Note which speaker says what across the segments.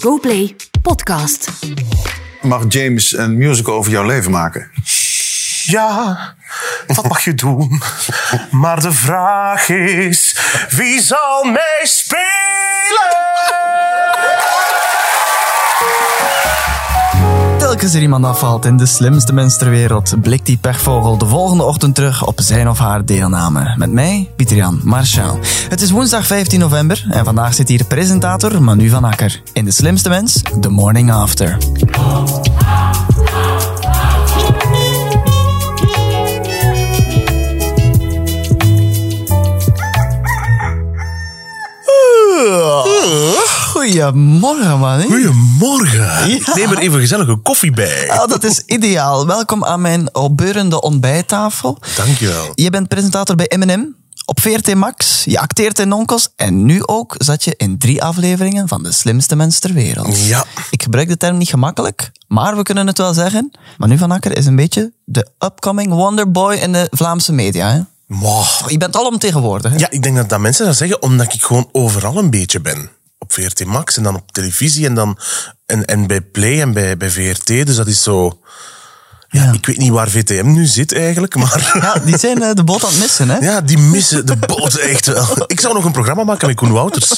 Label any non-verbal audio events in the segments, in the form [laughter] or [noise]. Speaker 1: GoPlay Podcast.
Speaker 2: Mag James een musical over jouw leven [laughs] maken?
Speaker 3: Ja, dat mag je doen. Maar de vraag is: wie zal mij spelen?
Speaker 4: Telkens er iemand afvalt in de slimste mens ter wereld, blikt die pechvogel de volgende ochtend terug op zijn of haar deelname. Met mij, Pieter-Jan Marchal. Het is woensdag 15 november en vandaag zit hier presentator Manu van Akker. In de slimste mens, The Morning After. Goedemorgen, man.
Speaker 3: Goedemorgen. Ik neem er even gezellige koffie bij.
Speaker 4: Oh, dat is ideaal. Welkom aan mijn opbeurende ontbijttafel.
Speaker 3: Dankjewel.
Speaker 4: Je bent presentator bij M&M op VRT Max. Je acteert in Onkels. En nu ook zat je in drie afleveringen van De Slimste Mens ter Wereld.
Speaker 3: Ja.
Speaker 4: Ik gebruik de term niet gemakkelijk, maar we kunnen het wel zeggen. Manu van Akker is een beetje de upcoming wonderboy in de Vlaamse media. Hè? Oh,
Speaker 3: Mwah.
Speaker 4: Je bent alomtegenwoordig. Hè?
Speaker 3: Ja, ik denk dat, dat mensen dat zeggen omdat ik gewoon overal een beetje ben. Op VRT Max en dan op televisie en dan en, en bij Play en bij, bij VRT. Dus dat is zo. Ja, Ik weet niet waar VTM nu zit eigenlijk, maar.
Speaker 4: Ja, die zijn eh, de boot aan het missen, hè?
Speaker 3: [laughs] Ja, die missen de boot echt wel. Ik zou nog een programma maken met Koen Wouters.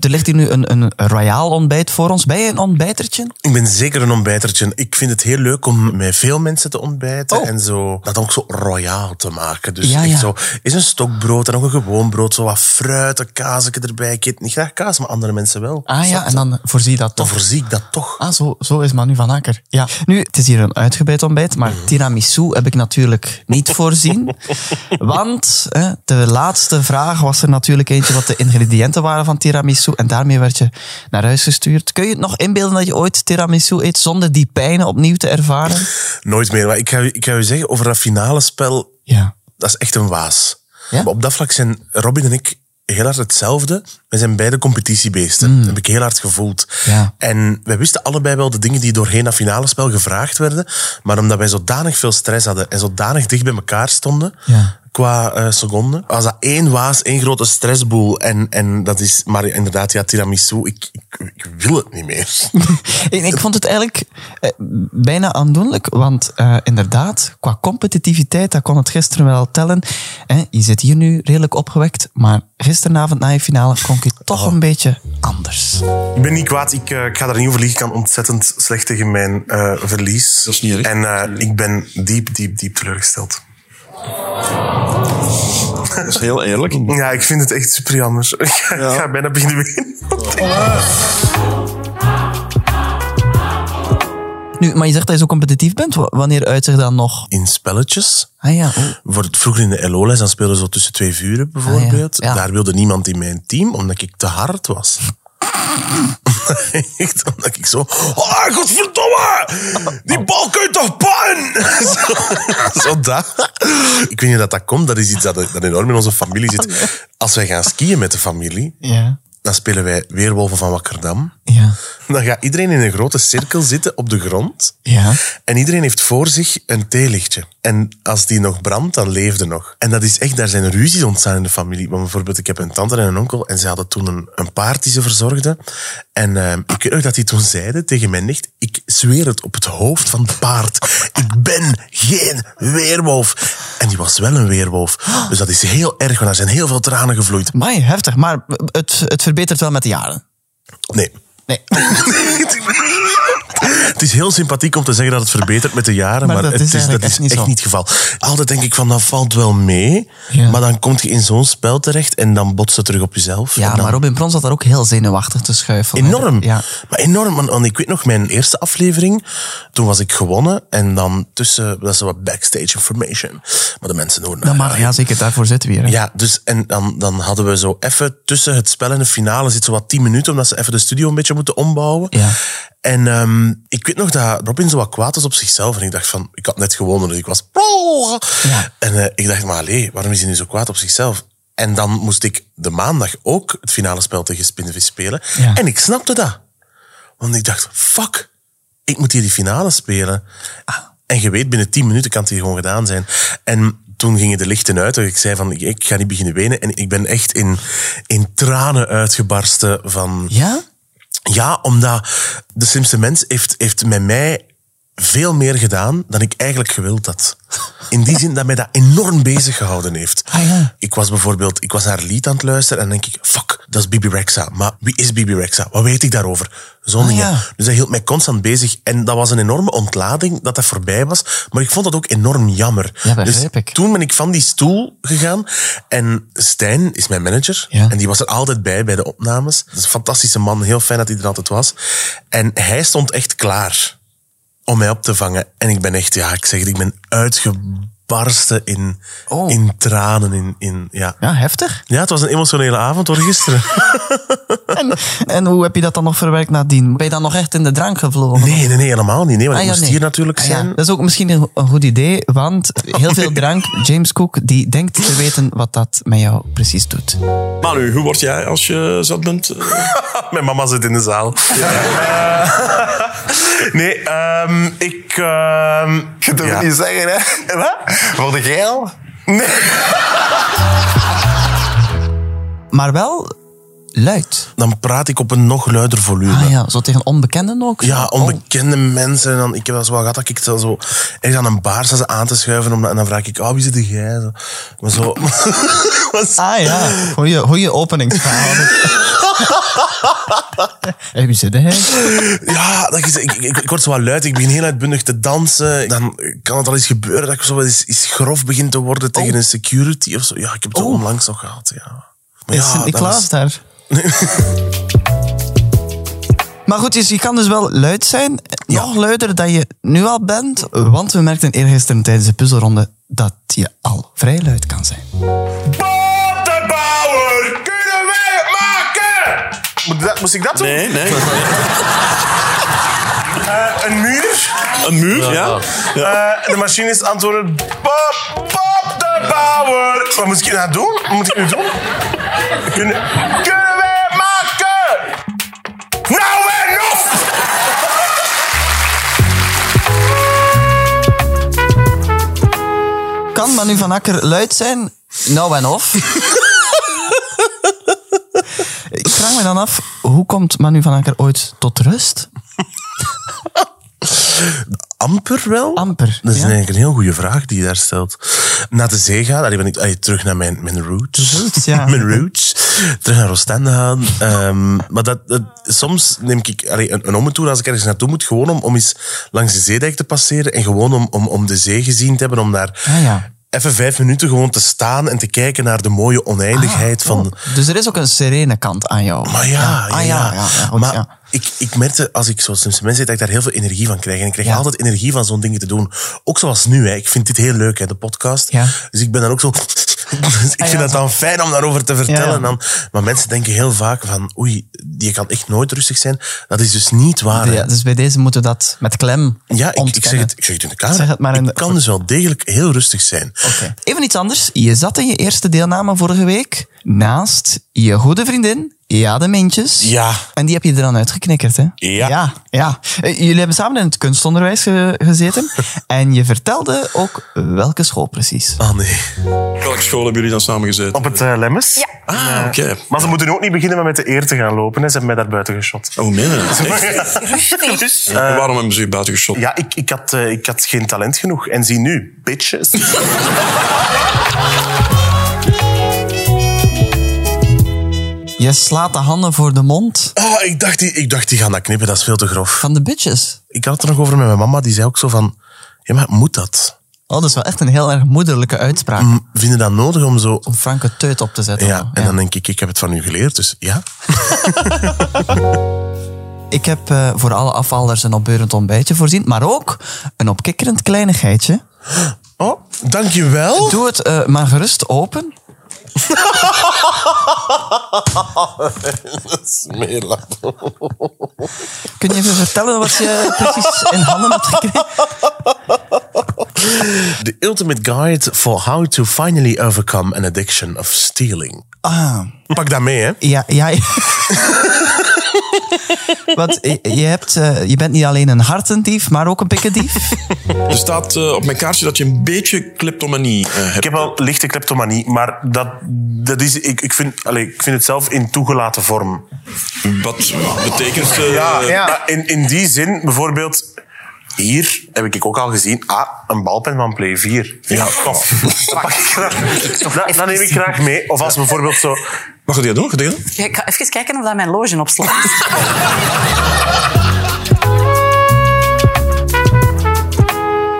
Speaker 4: Er ligt hier nu een, een royaal ontbijt voor ons. Ben je een ontbijtertje?
Speaker 3: Ik ben zeker een ontbijtertje. Ik vind het heel leuk om met veel mensen te ontbijten
Speaker 4: Oh.
Speaker 3: en zo dat ook zo royaal te maken. Dus
Speaker 4: Ja,
Speaker 3: echt
Speaker 4: ja.
Speaker 3: zo, is een stokbrood en ook een gewoon brood, zo wat fruit, een kaasje erbij. Ik eet niet graag kaas, maar andere mensen wel.
Speaker 4: Ah ja,
Speaker 3: Snap je?
Speaker 4: en dan voorzie je dat
Speaker 3: Dan
Speaker 4: toch.
Speaker 3: voorzie ik dat toch.
Speaker 4: Ah, zo, zo is Manu van Akker. Ja. Nu, het is hier een uitgebreid ontbijt, maar tiramisu heb ik natuurlijk niet voorzien. Want hè, de laatste vraag was er natuurlijk eentje wat de ingrediënten waren van tiramisu. En daarmee werd je naar huis gestuurd. Kun je het nog inbeelden dat je ooit tiramisu eet zonder die pijnen opnieuw te ervaren?
Speaker 3: Nooit meer. Maar ik ga, u- ik ga u zeggen, over dat finale spel,
Speaker 4: Ja.
Speaker 3: dat is echt een waas.
Speaker 4: Ja?
Speaker 3: Maar op dat vlak zijn Robin en ik heel hard hetzelfde. We zijn beide competitiebeesten. Dat heb ik heel hard gevoeld.
Speaker 4: Mm. Ja.
Speaker 3: En wij wisten allebei wel de dingen die doorheen dat finale spel gevraagd werden. Maar omdat wij zodanig veel stress hadden en zodanig dicht bij elkaar stonden...
Speaker 4: Ja.
Speaker 3: Qua eh, seconden. Was dat één waas, één grote stressboel. En, en dat is, maar inderdaad, ja, tiramisu, ik, ik, ik wil het niet meer.
Speaker 4: Ik, ik vond het eigenlijk eh, bijna aandoenlijk, want eh, inderdaad, qua competitiviteit, dat kon het gisteren wel tellen. Hè, je zit hier nu redelijk opgewekt, maar gisteravond na je finale klonk je toch een beetje anders.
Speaker 3: Ik ben niet kwaad. Ik, eh, ik ga daar niet over liegen. Ik kan ontzettend slecht tegen mijn eh, verlies.
Speaker 2: Dat is niet erg.
Speaker 3: En eh, ik ben diep, diep, diep teleurgesteld.
Speaker 2: Dat is heel eerlijk.
Speaker 3: Ja, ik vind het echt super jammer. [laughs] Ik ga, ik ga bijna beginnen wenen.
Speaker 4: Nu, maar je zegt dat je zo competitief bent, Wa- wanneer uit zich dan nog?
Speaker 3: In spelletjes.
Speaker 4: Ah ja, oh.
Speaker 3: Voor het, vroeger in de LO-les, dan speelden ze zo tussen twee vuren bijvoorbeeld.
Speaker 4: Ah, ja. Ja.
Speaker 3: Daar wilde niemand in mijn team, omdat ik te hard was. [laughs] Echt, omdat ik zo... Oh, godverdomme!
Speaker 4: Oh.
Speaker 3: Die bal kun je toch pannen? [laughs] zo, zo dat. Ik weet niet dat dat komt. Dat is iets dat, dat enorm in onze familie
Speaker 4: Oh,
Speaker 3: zit. Als wij gaan skiën met de familie,
Speaker 4: ja,
Speaker 3: dan spelen wij Weerwolven van Wakkerdam.
Speaker 4: ja,
Speaker 3: Dan gaat iedereen in een grote cirkel zitten op de grond.
Speaker 4: ja.
Speaker 3: En iedereen heeft voor zich een theelichtje. En als die nog brandt, dan leefde nog. En dat is echt, daar zijn ruzies ontstaan in de familie. Want bijvoorbeeld, ik heb een tante en een onkel en ze hadden toen een, een paard die ze verzorgden. En ehm, ik weet nog dat die toen zeiden tegen mijn nicht, ik zweer het op het hoofd van het paard. Ik ben geen weerwolf. En die was wel een weerwolf. Dus dat is heel erg, want er zijn heel veel tranen gevloeid.
Speaker 4: Mai, heftig, maar het, het verbetert wel met de jaren.
Speaker 3: Nee.
Speaker 4: Nee,
Speaker 3: Het is heel sympathiek om te zeggen dat het verbetert met de jaren, maar,
Speaker 4: Maar dat
Speaker 3: het
Speaker 4: is
Speaker 3: is, dat
Speaker 4: eigenlijk
Speaker 3: is
Speaker 4: echt
Speaker 3: echt,
Speaker 4: niet
Speaker 3: niet,
Speaker 4: zo.
Speaker 3: het geval. Altijd denk ik van, dat valt wel mee,
Speaker 4: Ja.
Speaker 3: maar dan kom je in zo'n spel terecht en dan botst het terug op jezelf.
Speaker 4: ja,
Speaker 3: En dan-
Speaker 4: maar Robin Prons zat daar ook heel zenuwachtig te schuiven.
Speaker 3: Enorm.
Speaker 4: Ja.
Speaker 3: Maar enorm. Want, want ik weet nog, mijn eerste aflevering, toen was ik gewonnen. En dan tussen, dat is wat backstage information. Maar de mensen horen
Speaker 4: Dat mag, Nou, ja, zeker, daarvoor zitten we hier. hè.
Speaker 3: ja, dus en dan, dan hadden we zo even tussen het spel en de finale zit zo wat tien minuten, omdat ze even de studio een beetje moeten ombouwen.
Speaker 4: Ja.
Speaker 3: En ehm, ik weet nog dat Robin zo wat kwaad was op zichzelf. En ik dacht van, ik had net gewonnen, dus ik was...
Speaker 4: Ja.
Speaker 3: En eh, ik dacht, maar allee, waarom is hij nu zo kwaad op zichzelf? En dan moest ik de maandag ook het finale spel tegen Spinvis spelen.
Speaker 4: Ja.
Speaker 3: En ik snapte dat. Want ik dacht, fuck, ik moet hier die finale spelen. En je weet, binnen 10 minuten kan het hier gewoon gedaan zijn. En toen gingen de lichten uit. En ik zei van, ik- ik ga niet beginnen wenen. En ik ben echt in, in tranen uitgebarsten van...
Speaker 4: Ja?
Speaker 3: Ja, omdat de slimste mens heeft, heeft met mij veel meer gedaan dan ik eigenlijk gewild had. In die zin dat mij dat enorm bezig gehouden heeft.
Speaker 4: Ah, ja.
Speaker 3: Ik was bijvoorbeeld, ik was haar lied aan het luisteren en dan denk ik, fuck, dat is Bibi Rexa. Maar wie is Bibi Rexa? Wat weet ik daarover? Zo'n
Speaker 4: Ah,
Speaker 3: dingen.
Speaker 4: ja.
Speaker 3: Dus dat hield mij constant bezig. En dat was een enorme ontlading dat dat voorbij was. Maar ik vond dat ook enorm jammer.
Speaker 4: Ja,
Speaker 3: dus
Speaker 4: begrijp ik.
Speaker 3: toen ben ik van die stoel gegaan. En Stijn is mijn manager.
Speaker 4: Ja.
Speaker 3: En die was er altijd bij, bij de opnames. Dat is een fantastische man. Heel fijn dat hij er altijd was. En hij stond echt klaar om mij op te vangen. En ik ben echt, ja, ik zeg het, ik ben uitgebarsten in,
Speaker 4: Oh.
Speaker 3: in tranen. In, in, ja.
Speaker 4: Ja, heftig.
Speaker 3: ja, het was een emotionele avond hoor, gisteren. [laughs]
Speaker 4: En, en hoe heb je dat dan nog verwerkt nadien? Ben je dan nog echt in de drank gevlogen?
Speaker 3: Nee, nee, nee, helemaal niet. Nee, want ik
Speaker 4: Ah, ja,
Speaker 3: moest
Speaker 4: nee.
Speaker 3: hier natuurlijk
Speaker 4: Ah, ja.
Speaker 3: zijn.
Speaker 4: Dat is ook misschien een, een goed idee, want
Speaker 3: [laughs]
Speaker 4: heel veel drank. James Cook die denkt te weten wat dat met jou precies doet.
Speaker 5: Manu, hoe word jij als je zat
Speaker 3: [laughs]
Speaker 5: bent? Eh,
Speaker 3: Mijn mama zit in de zaal. Eh, [laughs] nee, ehm, ik... ehm,
Speaker 2: Je durft
Speaker 3: ja.
Speaker 2: het niet zeggen, hè? Wat? Word ik geil?
Speaker 4: Maar wel luid.
Speaker 3: Dan praat ik op een nog luider volume.
Speaker 4: Ah ja, zo tegen onbekenden ook?
Speaker 3: Ja,
Speaker 4: Oh.
Speaker 3: onbekende mensen. En dan, ik heb dat zo wel gehad dat ik zo, zo ergens aan een baar sta ze aan te schuiven. Om, en dan vraag ik, ah, wie zit jij? Zo. Maar zo...
Speaker 4: Ah ja, goeie, goeie openingsverhaal.
Speaker 3: [laughs]
Speaker 4: hey, wie zit hij?
Speaker 3: Ja, dat is, ik, ik, ik word zo wat luid. Ik begin heel uitbundig te dansen. Dan kan het al eens gebeuren dat ik zo wel eens, eens grof begin te worden tegen een security of zo. Ja, ik heb het
Speaker 4: Oh.
Speaker 3: onlangs nog gehad, ja. Maar
Speaker 4: Is
Speaker 3: dat
Speaker 4: Sint-Niklaas
Speaker 3: is- [laughs]
Speaker 4: daar? Maar goed, dus je kan dus wel luid zijn. Nog luider dan je nu al bent. Want we merkten eergisteren tijdens de puzzelronde dat je al vrij luid kan zijn.
Speaker 2: Bouwer, kunnen wij het maken? Moet dat, moest ik dat doen?
Speaker 5: Nee, nee.
Speaker 2: [laughs] Eh, een muur?
Speaker 5: Een muur, ja.
Speaker 2: Eh, de machine is antwoorden. Bob, Bob de Bouwer. Wat moet ik nou doen? Wat moet ik nu doen? Kunnen, kunnen wij het maken? Nou en of!
Speaker 4: Kan Manu van Akker luid zijn? Nou en
Speaker 3: [laughs]
Speaker 4: of. Ik vraag me dan af, hoe komt Manu van Akker ooit tot rust?
Speaker 3: Amper wel?
Speaker 4: Amper,
Speaker 3: Dat is
Speaker 4: ja.
Speaker 3: eigenlijk een heel goede vraag die je daar stelt. Naar de zee gaan, allee, ben ik allee, terug naar mijn, mijn roots.
Speaker 4: Roots,
Speaker 3: [laughs]
Speaker 4: ja.
Speaker 3: mijn roots. Terug naar Oostende gaan. Ehm, maar dat, dat- soms neem ik allee, een, een ommetoer als ik ergens naartoe moet, gewoon om, om eens langs de zeedijk te passeren en gewoon om, om, om de zee gezien te hebben, om daar
Speaker 4: Ah, ja.
Speaker 3: even vijf minuten gewoon te staan en te kijken naar de mooie oneindigheid
Speaker 4: Ah,
Speaker 3: van...
Speaker 4: oh. Dus er is ook een serene kant aan jou.
Speaker 3: Maar ja, ja,
Speaker 4: Ah,
Speaker 3: ja.
Speaker 4: goed,
Speaker 3: maar
Speaker 4: ja.
Speaker 3: Ik, ik merkte, als ik zo'n slimste mens zit, dat ik daar heel veel energie van krijg. En ik krijg
Speaker 4: Ja.
Speaker 3: altijd energie van zo'n dingen te doen. Ook zoals nu, hè. ik vind dit heel leuk, hè, de podcast.
Speaker 4: Ja.
Speaker 3: Dus ik ben dan ook zo... [laughs] Dus ik
Speaker 4: Ah,
Speaker 3: vind
Speaker 4: ja,
Speaker 3: dat
Speaker 4: zo.
Speaker 3: dan fijn om daarover te vertellen.
Speaker 4: Ja, ja.
Speaker 3: En Dan, maar mensen denken heel vaak van, oei, je kan echt nooit rustig zijn. Dat is dus niet waar. hè.
Speaker 4: Ja, dus bij deze moeten we dat met klem
Speaker 3: Ja, ik, ik, zeg
Speaker 4: ontkennen.
Speaker 3: het, ik zeg het in de kamer.
Speaker 4: Zeg het maar in
Speaker 3: ik
Speaker 4: de-
Speaker 3: kan dus wel degelijk heel rustig zijn.
Speaker 4: Oké. Even iets anders. Je zat in je eerste deelname vorige week naast je goede vriendin, Ja de Mintjes.
Speaker 3: Ja.
Speaker 4: En die heb je er dan uitgeknikkerd, hè?
Speaker 3: Ja.
Speaker 4: ja. ja. Eh, Jullie hebben samen in het kunstonderwijs ge-
Speaker 3: [laughs]
Speaker 4: gezeten. en je vertelde ook welke school precies.
Speaker 3: Ah, nee.
Speaker 5: Welke school hebben jullie dan samen gezeten?
Speaker 2: Op het eh, Lemmens. Ja.
Speaker 5: Ah, oké.
Speaker 2: Maar ze moeten ook niet beginnen met met de eer te gaan lopen. Hè. Ze hebben mij daar buiten geschot.
Speaker 5: Oh
Speaker 2: [laughs]
Speaker 5: nee, echt?
Speaker 2: Dus, eh,
Speaker 5: En Waarom hebben ze je buiten geschopt?
Speaker 2: ja, ik, ik, had, eh, ik had geen talent genoeg. En zie nu, bitches.
Speaker 4: Je slaat de handen voor de mond
Speaker 3: Ah, ik dacht, die, ik dacht, die gaan dat knippen, dat is veel te grof.
Speaker 4: van de bitches.
Speaker 3: Ik had het er nog over met mijn mama, die zei ook zo van... Ja, maar moet dat?
Speaker 4: Oh, dat is wel echt een heel erg moederlijke uitspraak.
Speaker 3: Mm, vinden dat nodig om zo...
Speaker 4: Om Franke teut op te zetten.
Speaker 3: Ja, en dan denk ik, ik heb het van u geleerd, dus ja.
Speaker 4: Ik heb eh, voor alle afvallers een opbeurend ontbijtje voorzien, maar ook een opkikkerend kleinigheidje.
Speaker 3: Oh, dankjewel.
Speaker 4: Doe het eh, maar gerust open. Kun je even vertellen wat je precies in handen hebt gekregen?
Speaker 3: The ultimate guide for how to finally overcome an addiction of stealing.
Speaker 4: Ah,
Speaker 3: Pak dat mee, hè.
Speaker 4: ja, ja. [laughs] Want je, je hebt, eh, je bent niet alleen een hartendief, maar ook een pikkendief.
Speaker 5: Er staat eh, op mijn kaartje dat je een beetje kleptomanie eh, hebt.
Speaker 2: Ik heb wel lichte kleptomanie, maar dat, dat is, ik, ik, vind, allez, ik vind het zelf in toegelaten vorm.
Speaker 5: Wat betekent... eh,
Speaker 2: Ja,
Speaker 4: ja.
Speaker 2: maar In, in die zin, bijvoorbeeld... Hier heb ik ook al gezien, ah, een balpen van Play 4. Ja, kom. Dat pak ik graag. Dat, dat neem ik graag mee. Of als bijvoorbeeld zo...
Speaker 5: Mag ik dat doen? Mag ik dat doen?
Speaker 6: Ik ga even kijken of dat mijn loge opslaat.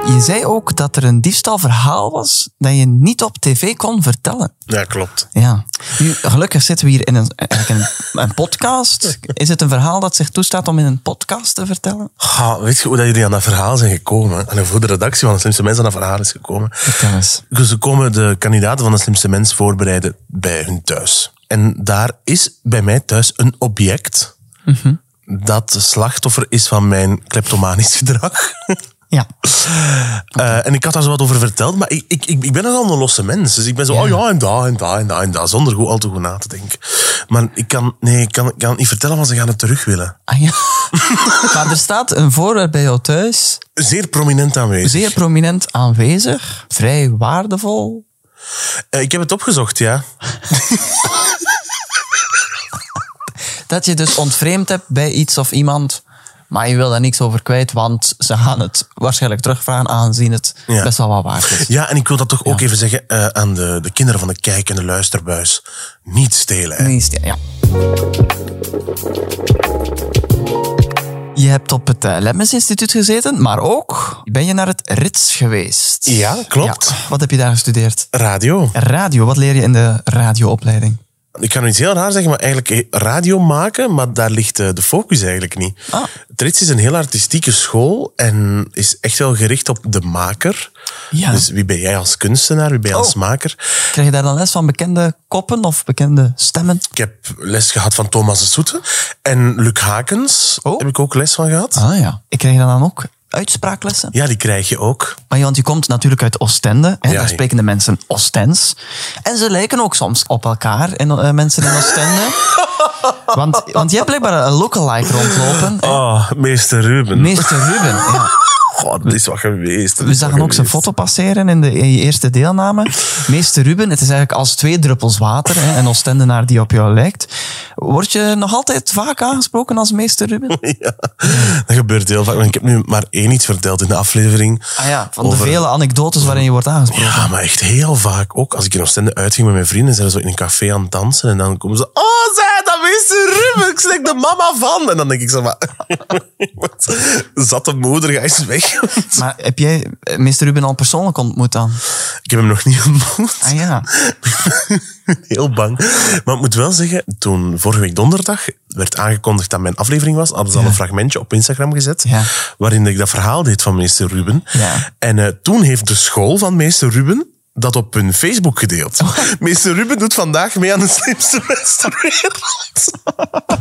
Speaker 4: Je zei ook dat er een diefstalverhaal was dat je niet op tv kon vertellen.
Speaker 3: Ja, klopt.
Speaker 4: Ja. Nu, gelukkig zitten we hier in een, eigenlijk een, een podcast. Is het een verhaal dat zich toestaat om in een podcast te vertellen?
Speaker 3: Ha, weet je hoe dat jullie aan dat verhaal zijn gekomen? En hoe de redactie van de slimste mensen aan dat verhaal is gekomen?
Speaker 4: Vertel eens.
Speaker 3: Dus Ze komen de kandidaten van de slimste mens voorbereiden bij hun thuis. En daar is bij mij thuis een object dat de slachtoffer is van mijn kleptomanisch gedrag.
Speaker 4: Ja.
Speaker 3: Eh, en ik had daar zo wat over verteld, maar ik, ik, ik, ik ben nogal een losse mens. Dus ik ben zo, oh ja, en daar, en daar, en daar, en daar. Zonder goed, al te goed na te denken. Maar ik kan, nee, ik kan, ik kan het niet vertellen, want ze gaan het terug willen.
Speaker 4: Ah, ja. [laughs] maar er staat een voorwerp bij jou thuis,
Speaker 3: Zeer prominent aanwezig.
Speaker 4: zeer prominent aanwezig, vrij waardevol.
Speaker 3: Eh, ik heb het opgezocht, ja.
Speaker 4: Dat je dus ontvreemd hebt bij iets of iemand, maar je wil daar niks over kwijt, want ze gaan het waarschijnlijk terugvragen aangezien het
Speaker 3: Ja.
Speaker 4: best wel wat waard is.
Speaker 3: Ja, en ik wil dat toch ook even zeggen eh, aan de, de kinderen van de kijk en de luisterbuis. Niet stelen, hè.
Speaker 4: Nee, is- ja. Je hebt op het eh, Lemmens Instituut gezeten, maar ook ben je naar het RITS geweest.
Speaker 3: Ja, klopt.
Speaker 4: Ja. Wat heb je daar gestudeerd?
Speaker 3: Radio.
Speaker 4: Radio. Wat leer je in de radioopleiding?
Speaker 3: Ik kan nu iets heel raar zeggen, maar eigenlijk eh, radio maken, maar daar ligt eh, de focus eigenlijk niet.
Speaker 4: Ah.
Speaker 3: Trits is een heel artistieke school en is echt wel gericht op de maker.
Speaker 4: Ja.
Speaker 3: Dus wie ben jij als kunstenaar, wie ben jij als
Speaker 4: Oh.
Speaker 3: maker?
Speaker 4: Krijg je daar dan les van bekende koppen of bekende stemmen?
Speaker 3: Ik heb les gehad van Thomas de Soete en Luc Hakens
Speaker 4: Oh.
Speaker 3: heb ik ook les van gehad.
Speaker 4: Ah ja. Ik krijg je dan ook uitspraaklessen?
Speaker 3: Ja, die krijg je ook.
Speaker 4: Maar ja, want Ah, je komt natuurlijk uit Oostende. Hè?
Speaker 3: Ja, ja.
Speaker 4: daar spreken de mensen Oostens. En ze lijken ook soms op elkaar, in, eh, mensen in Oostende.
Speaker 3: [laughs]
Speaker 4: want, want je hebt blijkbaar een lookalike rondlopen. hè.
Speaker 3: Oh, meester Ruben.
Speaker 4: Meester Ruben. Ja.
Speaker 3: God, dat is wat geweest. dat
Speaker 4: We
Speaker 3: is wat
Speaker 4: zagen ook zijn
Speaker 3: geweest.
Speaker 4: foto passeren in, de, in je eerste deelname. Meester Ruben, het is eigenlijk als twee druppels water. Hè, een Oostendenaar die op jou lijkt. Word je nog altijd vaak aangesproken als meester Ruben?
Speaker 3: Ja, dat gebeurt heel vaak. want Ik heb nu maar één iets verteld in de aflevering.
Speaker 4: Ah ja, van
Speaker 3: Over-
Speaker 4: de vele anekdotes waarin je wordt aangesproken.
Speaker 3: Ja, maar echt heel vaak ook. Als ik in Oostende uitging met mijn vrienden, zijn ze zo in een café aan het dansen. En dan komen ze... Oh, zij, dat is de Ruben. Ik zeg de mama van. [laughs] En dan denk ik zo maar... wat Zat de moeder, ga eens weg.
Speaker 4: Maar heb jij eh, meester Ruben al persoonlijk ontmoet dan?
Speaker 3: ik heb hem nog niet ontmoet.
Speaker 4: Ah ja.
Speaker 3: [laughs] Heel bang. Maar ik moet wel zeggen, toen vorige week donderdag werd aangekondigd dat mijn aflevering was, hadden ze al een fragmentje op Instagram gezet,
Speaker 4: Ja.
Speaker 3: waarin ik dat verhaal deed van meester Ruben.
Speaker 4: Ja.
Speaker 3: En eh, toen heeft de school van meester Ruben dat op hun Facebook gedeeld. Meester Ruben doet vandaag mee aan de slimste mens ter wereld.
Speaker 4: Ik vind dat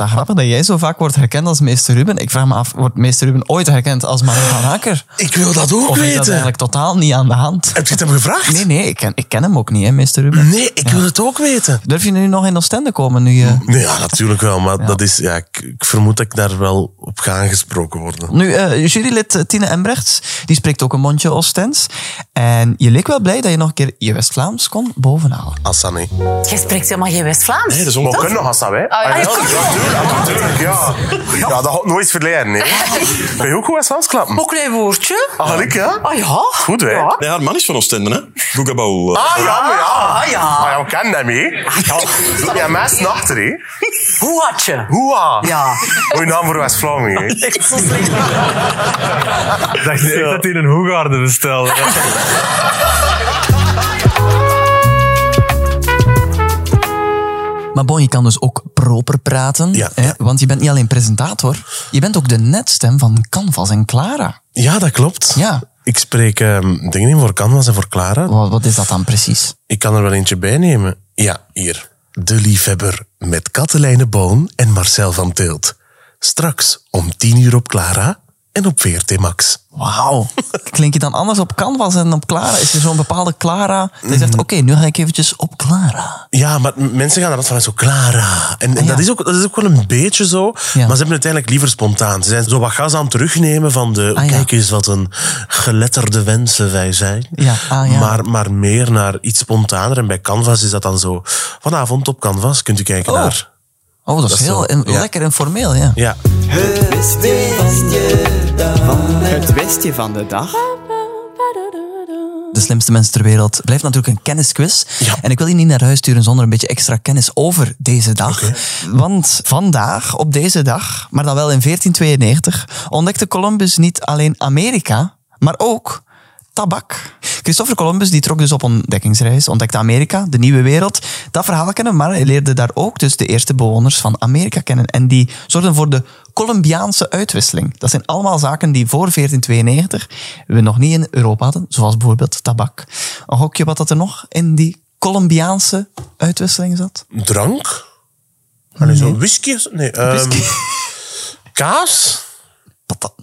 Speaker 3: Oh.
Speaker 4: grappig dat jij zo vaak wordt herkend als meester Ruben. Ik vraag me af, wordt meester Ruben ooit herkend als Mario van Haker?
Speaker 3: Ik wil dat ook
Speaker 4: Of is dat
Speaker 3: weten.
Speaker 4: eigenlijk totaal niet aan de hand?
Speaker 3: Heb je het hem gevraagd?
Speaker 4: Nee, nee, ik ken, ik ken hem ook niet, hè, meester Ruben.
Speaker 3: Nee, ik wil het ook weten.
Speaker 4: Durf je nu nog in Oostende komen? Nu eh? je...
Speaker 3: Nee, ja, natuurlijk wel, maar dat is, ja, ik, ik vermoed dat ik daar wel op ga aangesproken worden.
Speaker 4: Nu, eh, jurylid eh, Tine Embrechts, die spreekt ook een mondje Oostends. En je leek wel blij dat je nog een keer je West-Vlaams kon bovenhalen.
Speaker 3: Assange.
Speaker 6: Jij spreekt helemaal geen West-Vlaams.
Speaker 5: Nee, dat is
Speaker 2: We
Speaker 5: onmogelijk.
Speaker 2: kunnen nog, Hassan, hè?
Speaker 6: Ah, ja, kom.
Speaker 2: natuurlijk, ja. Ja, dat had nooit verleden, nee. Ben je ook goed als Hans klappen?
Speaker 6: Ook een woordje.
Speaker 2: Ah, ik, ja?
Speaker 6: Ah ja.
Speaker 2: Goed, hè?
Speaker 6: Ja.
Speaker 5: Nee, haar man is van Oostende, hè? Boegabouw. eh.
Speaker 2: Ah, ja, maar ja.
Speaker 6: Ah ja. Ah,
Speaker 2: Ah, ja, we kennen hem, hè? Ja, ja mij snachter, hè?
Speaker 6: Hoe had je?
Speaker 2: Hoera!
Speaker 6: Ja.
Speaker 2: Goeie naam voor
Speaker 6: [laughs]
Speaker 2: West-Vlamingen, hè?
Speaker 6: Echt zo slecht.
Speaker 7: Ik dacht echt dat hij een hoegaarde bestelde.
Speaker 4: Maar bon, je kan dus ook proper praten.
Speaker 3: Ja,
Speaker 4: hè,
Speaker 3: ja.
Speaker 4: Want je bent niet alleen presentator, je bent ook de netstem van Canvas en Clara.
Speaker 3: Ja, dat klopt.
Speaker 4: Ja.
Speaker 3: Ik spreek ehm dingen in voor Canvas en voor Clara.
Speaker 4: Wat, wat is dat dan precies?
Speaker 3: Ik kan er wel eentje bij nemen. Ja, hier. De liefhebber met Katelijne Boon en Marcel van Tilt. Straks om 10 uur op Clara en op VRT Max.
Speaker 4: Wauw. [laughs] Klink je dan anders op canvas en op Clara? Is er zo'n bepaalde Clara
Speaker 3: Mm-hmm.
Speaker 4: die zegt, oké, nu ga ik eventjes op Clara.
Speaker 3: Ja, maar m- mensen gaan er altijd vanuit zo Clara. En, en
Speaker 4: Ah, ja.
Speaker 3: dat, is ook, dat is ook wel een beetje zo. Maar ze hebben het uiteindelijk liever spontaan. Ze zijn zo wat gas aan het terugnemen van de...
Speaker 4: Ah, ja.
Speaker 3: Kijk eens wat een geletterde wensen wij zijn.
Speaker 4: Ja, ah, ja.
Speaker 3: Maar, maar meer naar iets spontaner. En bij Canvas is dat dan zo... Vanavond op Canvas kunt u kijken
Speaker 4: Oh.
Speaker 3: naar...
Speaker 4: Oh, dat,
Speaker 3: Dat
Speaker 4: is
Speaker 3: is
Speaker 4: heel
Speaker 3: zo,
Speaker 4: in-
Speaker 3: ja.
Speaker 4: lekker informeel, ja.
Speaker 3: Ja,
Speaker 8: Het westje van de dag.
Speaker 4: De slimste mensen ter wereld. Blijft natuurlijk een kennisquiz.
Speaker 3: Ja.
Speaker 4: En ik wil je niet naar huis sturen zonder een beetje extra kennis over deze dag. Want vandaag, op deze dag, maar dan wel in 1492, ontdekte Columbus niet alleen Amerika, maar ook tabak. Christopher Columbus die trok dus op ontdekkingsreis, ontdekte Amerika, de nieuwe wereld. Dat verhaal kennen, maar hij leerde daar ook dus de eerste bewoners van Amerika kennen. En die zorgden voor de Colombiaanse uitwisseling. Dat zijn allemaal zaken die voor 1492 we nog niet in Europa hadden, zoals bijvoorbeeld tabak. Een gokje wat dat er nog in die Colombiaanse uitwisseling zat?
Speaker 3: drank? Allee, zo whisky? of zo? Nee, ehm,
Speaker 4: Whisky.
Speaker 3: [laughs] kaas?
Speaker 4: Patat.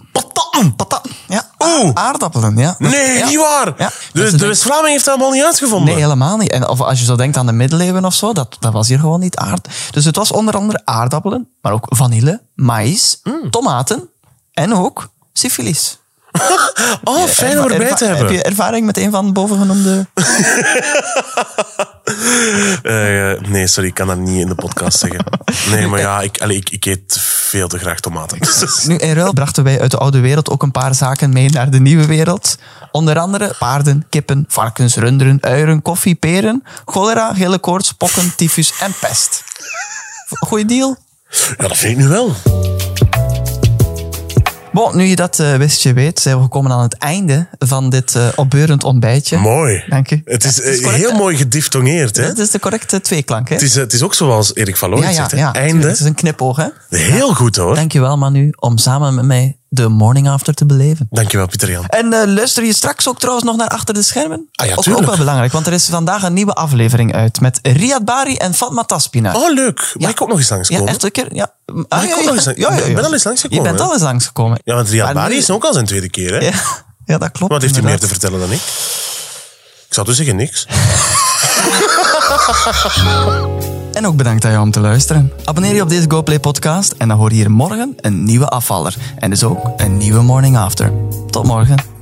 Speaker 4: Patat. Ja.
Speaker 3: Oeh.
Speaker 4: Aardappelen, ja. Dat-
Speaker 3: Nee,
Speaker 4: ja.
Speaker 3: niet waar.
Speaker 4: Ja. Dus
Speaker 3: De,
Speaker 4: Mensen
Speaker 3: de West-Vlaming heeft dat allemaal niet uitgevonden.
Speaker 4: Nee, helemaal niet. En of als je zo denkt aan de middeleeuwen of zo, dat, dat was hier gewoon niet aard. Dus het was onder andere aardappelen, maar ook vanille, maïs,
Speaker 3: Mm.
Speaker 4: tomaten en ook syfilis.
Speaker 3: oh, fijn om erbij
Speaker 4: Erva-
Speaker 3: te hebben.
Speaker 4: eh, Heb je ervaring met een van de bovengenoemde...
Speaker 3: Eh, eh, nee, sorry, ik kan dat niet in de podcast
Speaker 4: [laughs]
Speaker 3: zeggen. Nee, maar ja, ik, allee, ik, ik eet veel te graag tomaten.
Speaker 4: [laughs]
Speaker 3: Dus-
Speaker 4: Nu, in ruil brachten wij uit de oude wereld ook een paar zaken mee naar de nieuwe wereld. Onder andere paarden, kippen, varkens, runderen, uieren, koffie, peren, cholera, gele koorts, pokken, tyfus en pest. Goeie deal.
Speaker 3: Ja, dat vind ik nu wel.
Speaker 4: Bon, nu je dat eh, wist, je weet, zijn we gekomen aan het einde van dit eh, opbeurend ontbijtje.
Speaker 3: Mooi.
Speaker 4: Dank u.
Speaker 3: Het is,
Speaker 4: Ja, het is
Speaker 3: eh,
Speaker 4: correct,
Speaker 3: heel
Speaker 4: hè?
Speaker 3: mooi gediftongeerd, hè?
Speaker 4: Dat is de correcte tweeklank, hè?
Speaker 3: Het is, eh, het is ook zoals Erik van Looij zegt, hè?
Speaker 4: tuurlijk, Het is
Speaker 3: Einde.
Speaker 4: een knipoog, hè?
Speaker 3: Heel goed, hoor.
Speaker 4: Dankjewel, Manu, om samen met mij de morning after te beleven.
Speaker 3: Dankjewel, Pieter-Jan.
Speaker 4: En eh, luister je straks ook trouwens nog naar Achter de Schermen?
Speaker 3: Ah ja,
Speaker 4: ook, ook
Speaker 3: tuurlijk.
Speaker 4: wel belangrijk, want er is vandaag een nieuwe aflevering uit met Riyad Bari en Fatma Taspina.
Speaker 3: Oh, leuk. Mag ik ook nog eens
Speaker 4: ja,
Speaker 3: langskomen?
Speaker 4: echt een keer. Ja. Ah,
Speaker 3: ik ook nog eens lang- ik ben al eens langsgekomen,
Speaker 4: Je bent
Speaker 3: hè?
Speaker 4: al eens langsgekomen.
Speaker 3: Ja, want Riyad
Speaker 4: Maar
Speaker 3: Bari
Speaker 4: nu-
Speaker 3: is ook al zijn tweede keer, hè?
Speaker 4: Ja, [laughs] ja, dat klopt.
Speaker 3: Wat heeft hij meer
Speaker 4: inderdaad.
Speaker 3: te vertellen dan ik? Ik zou dus zeggen niks.
Speaker 4: En ook bedankt aan jou om te luisteren. Abonneer je op deze GoPlay podcast en dan hoor je hier morgen een nieuwe afvaller. En dus ook een nieuwe Morning After. Tot morgen.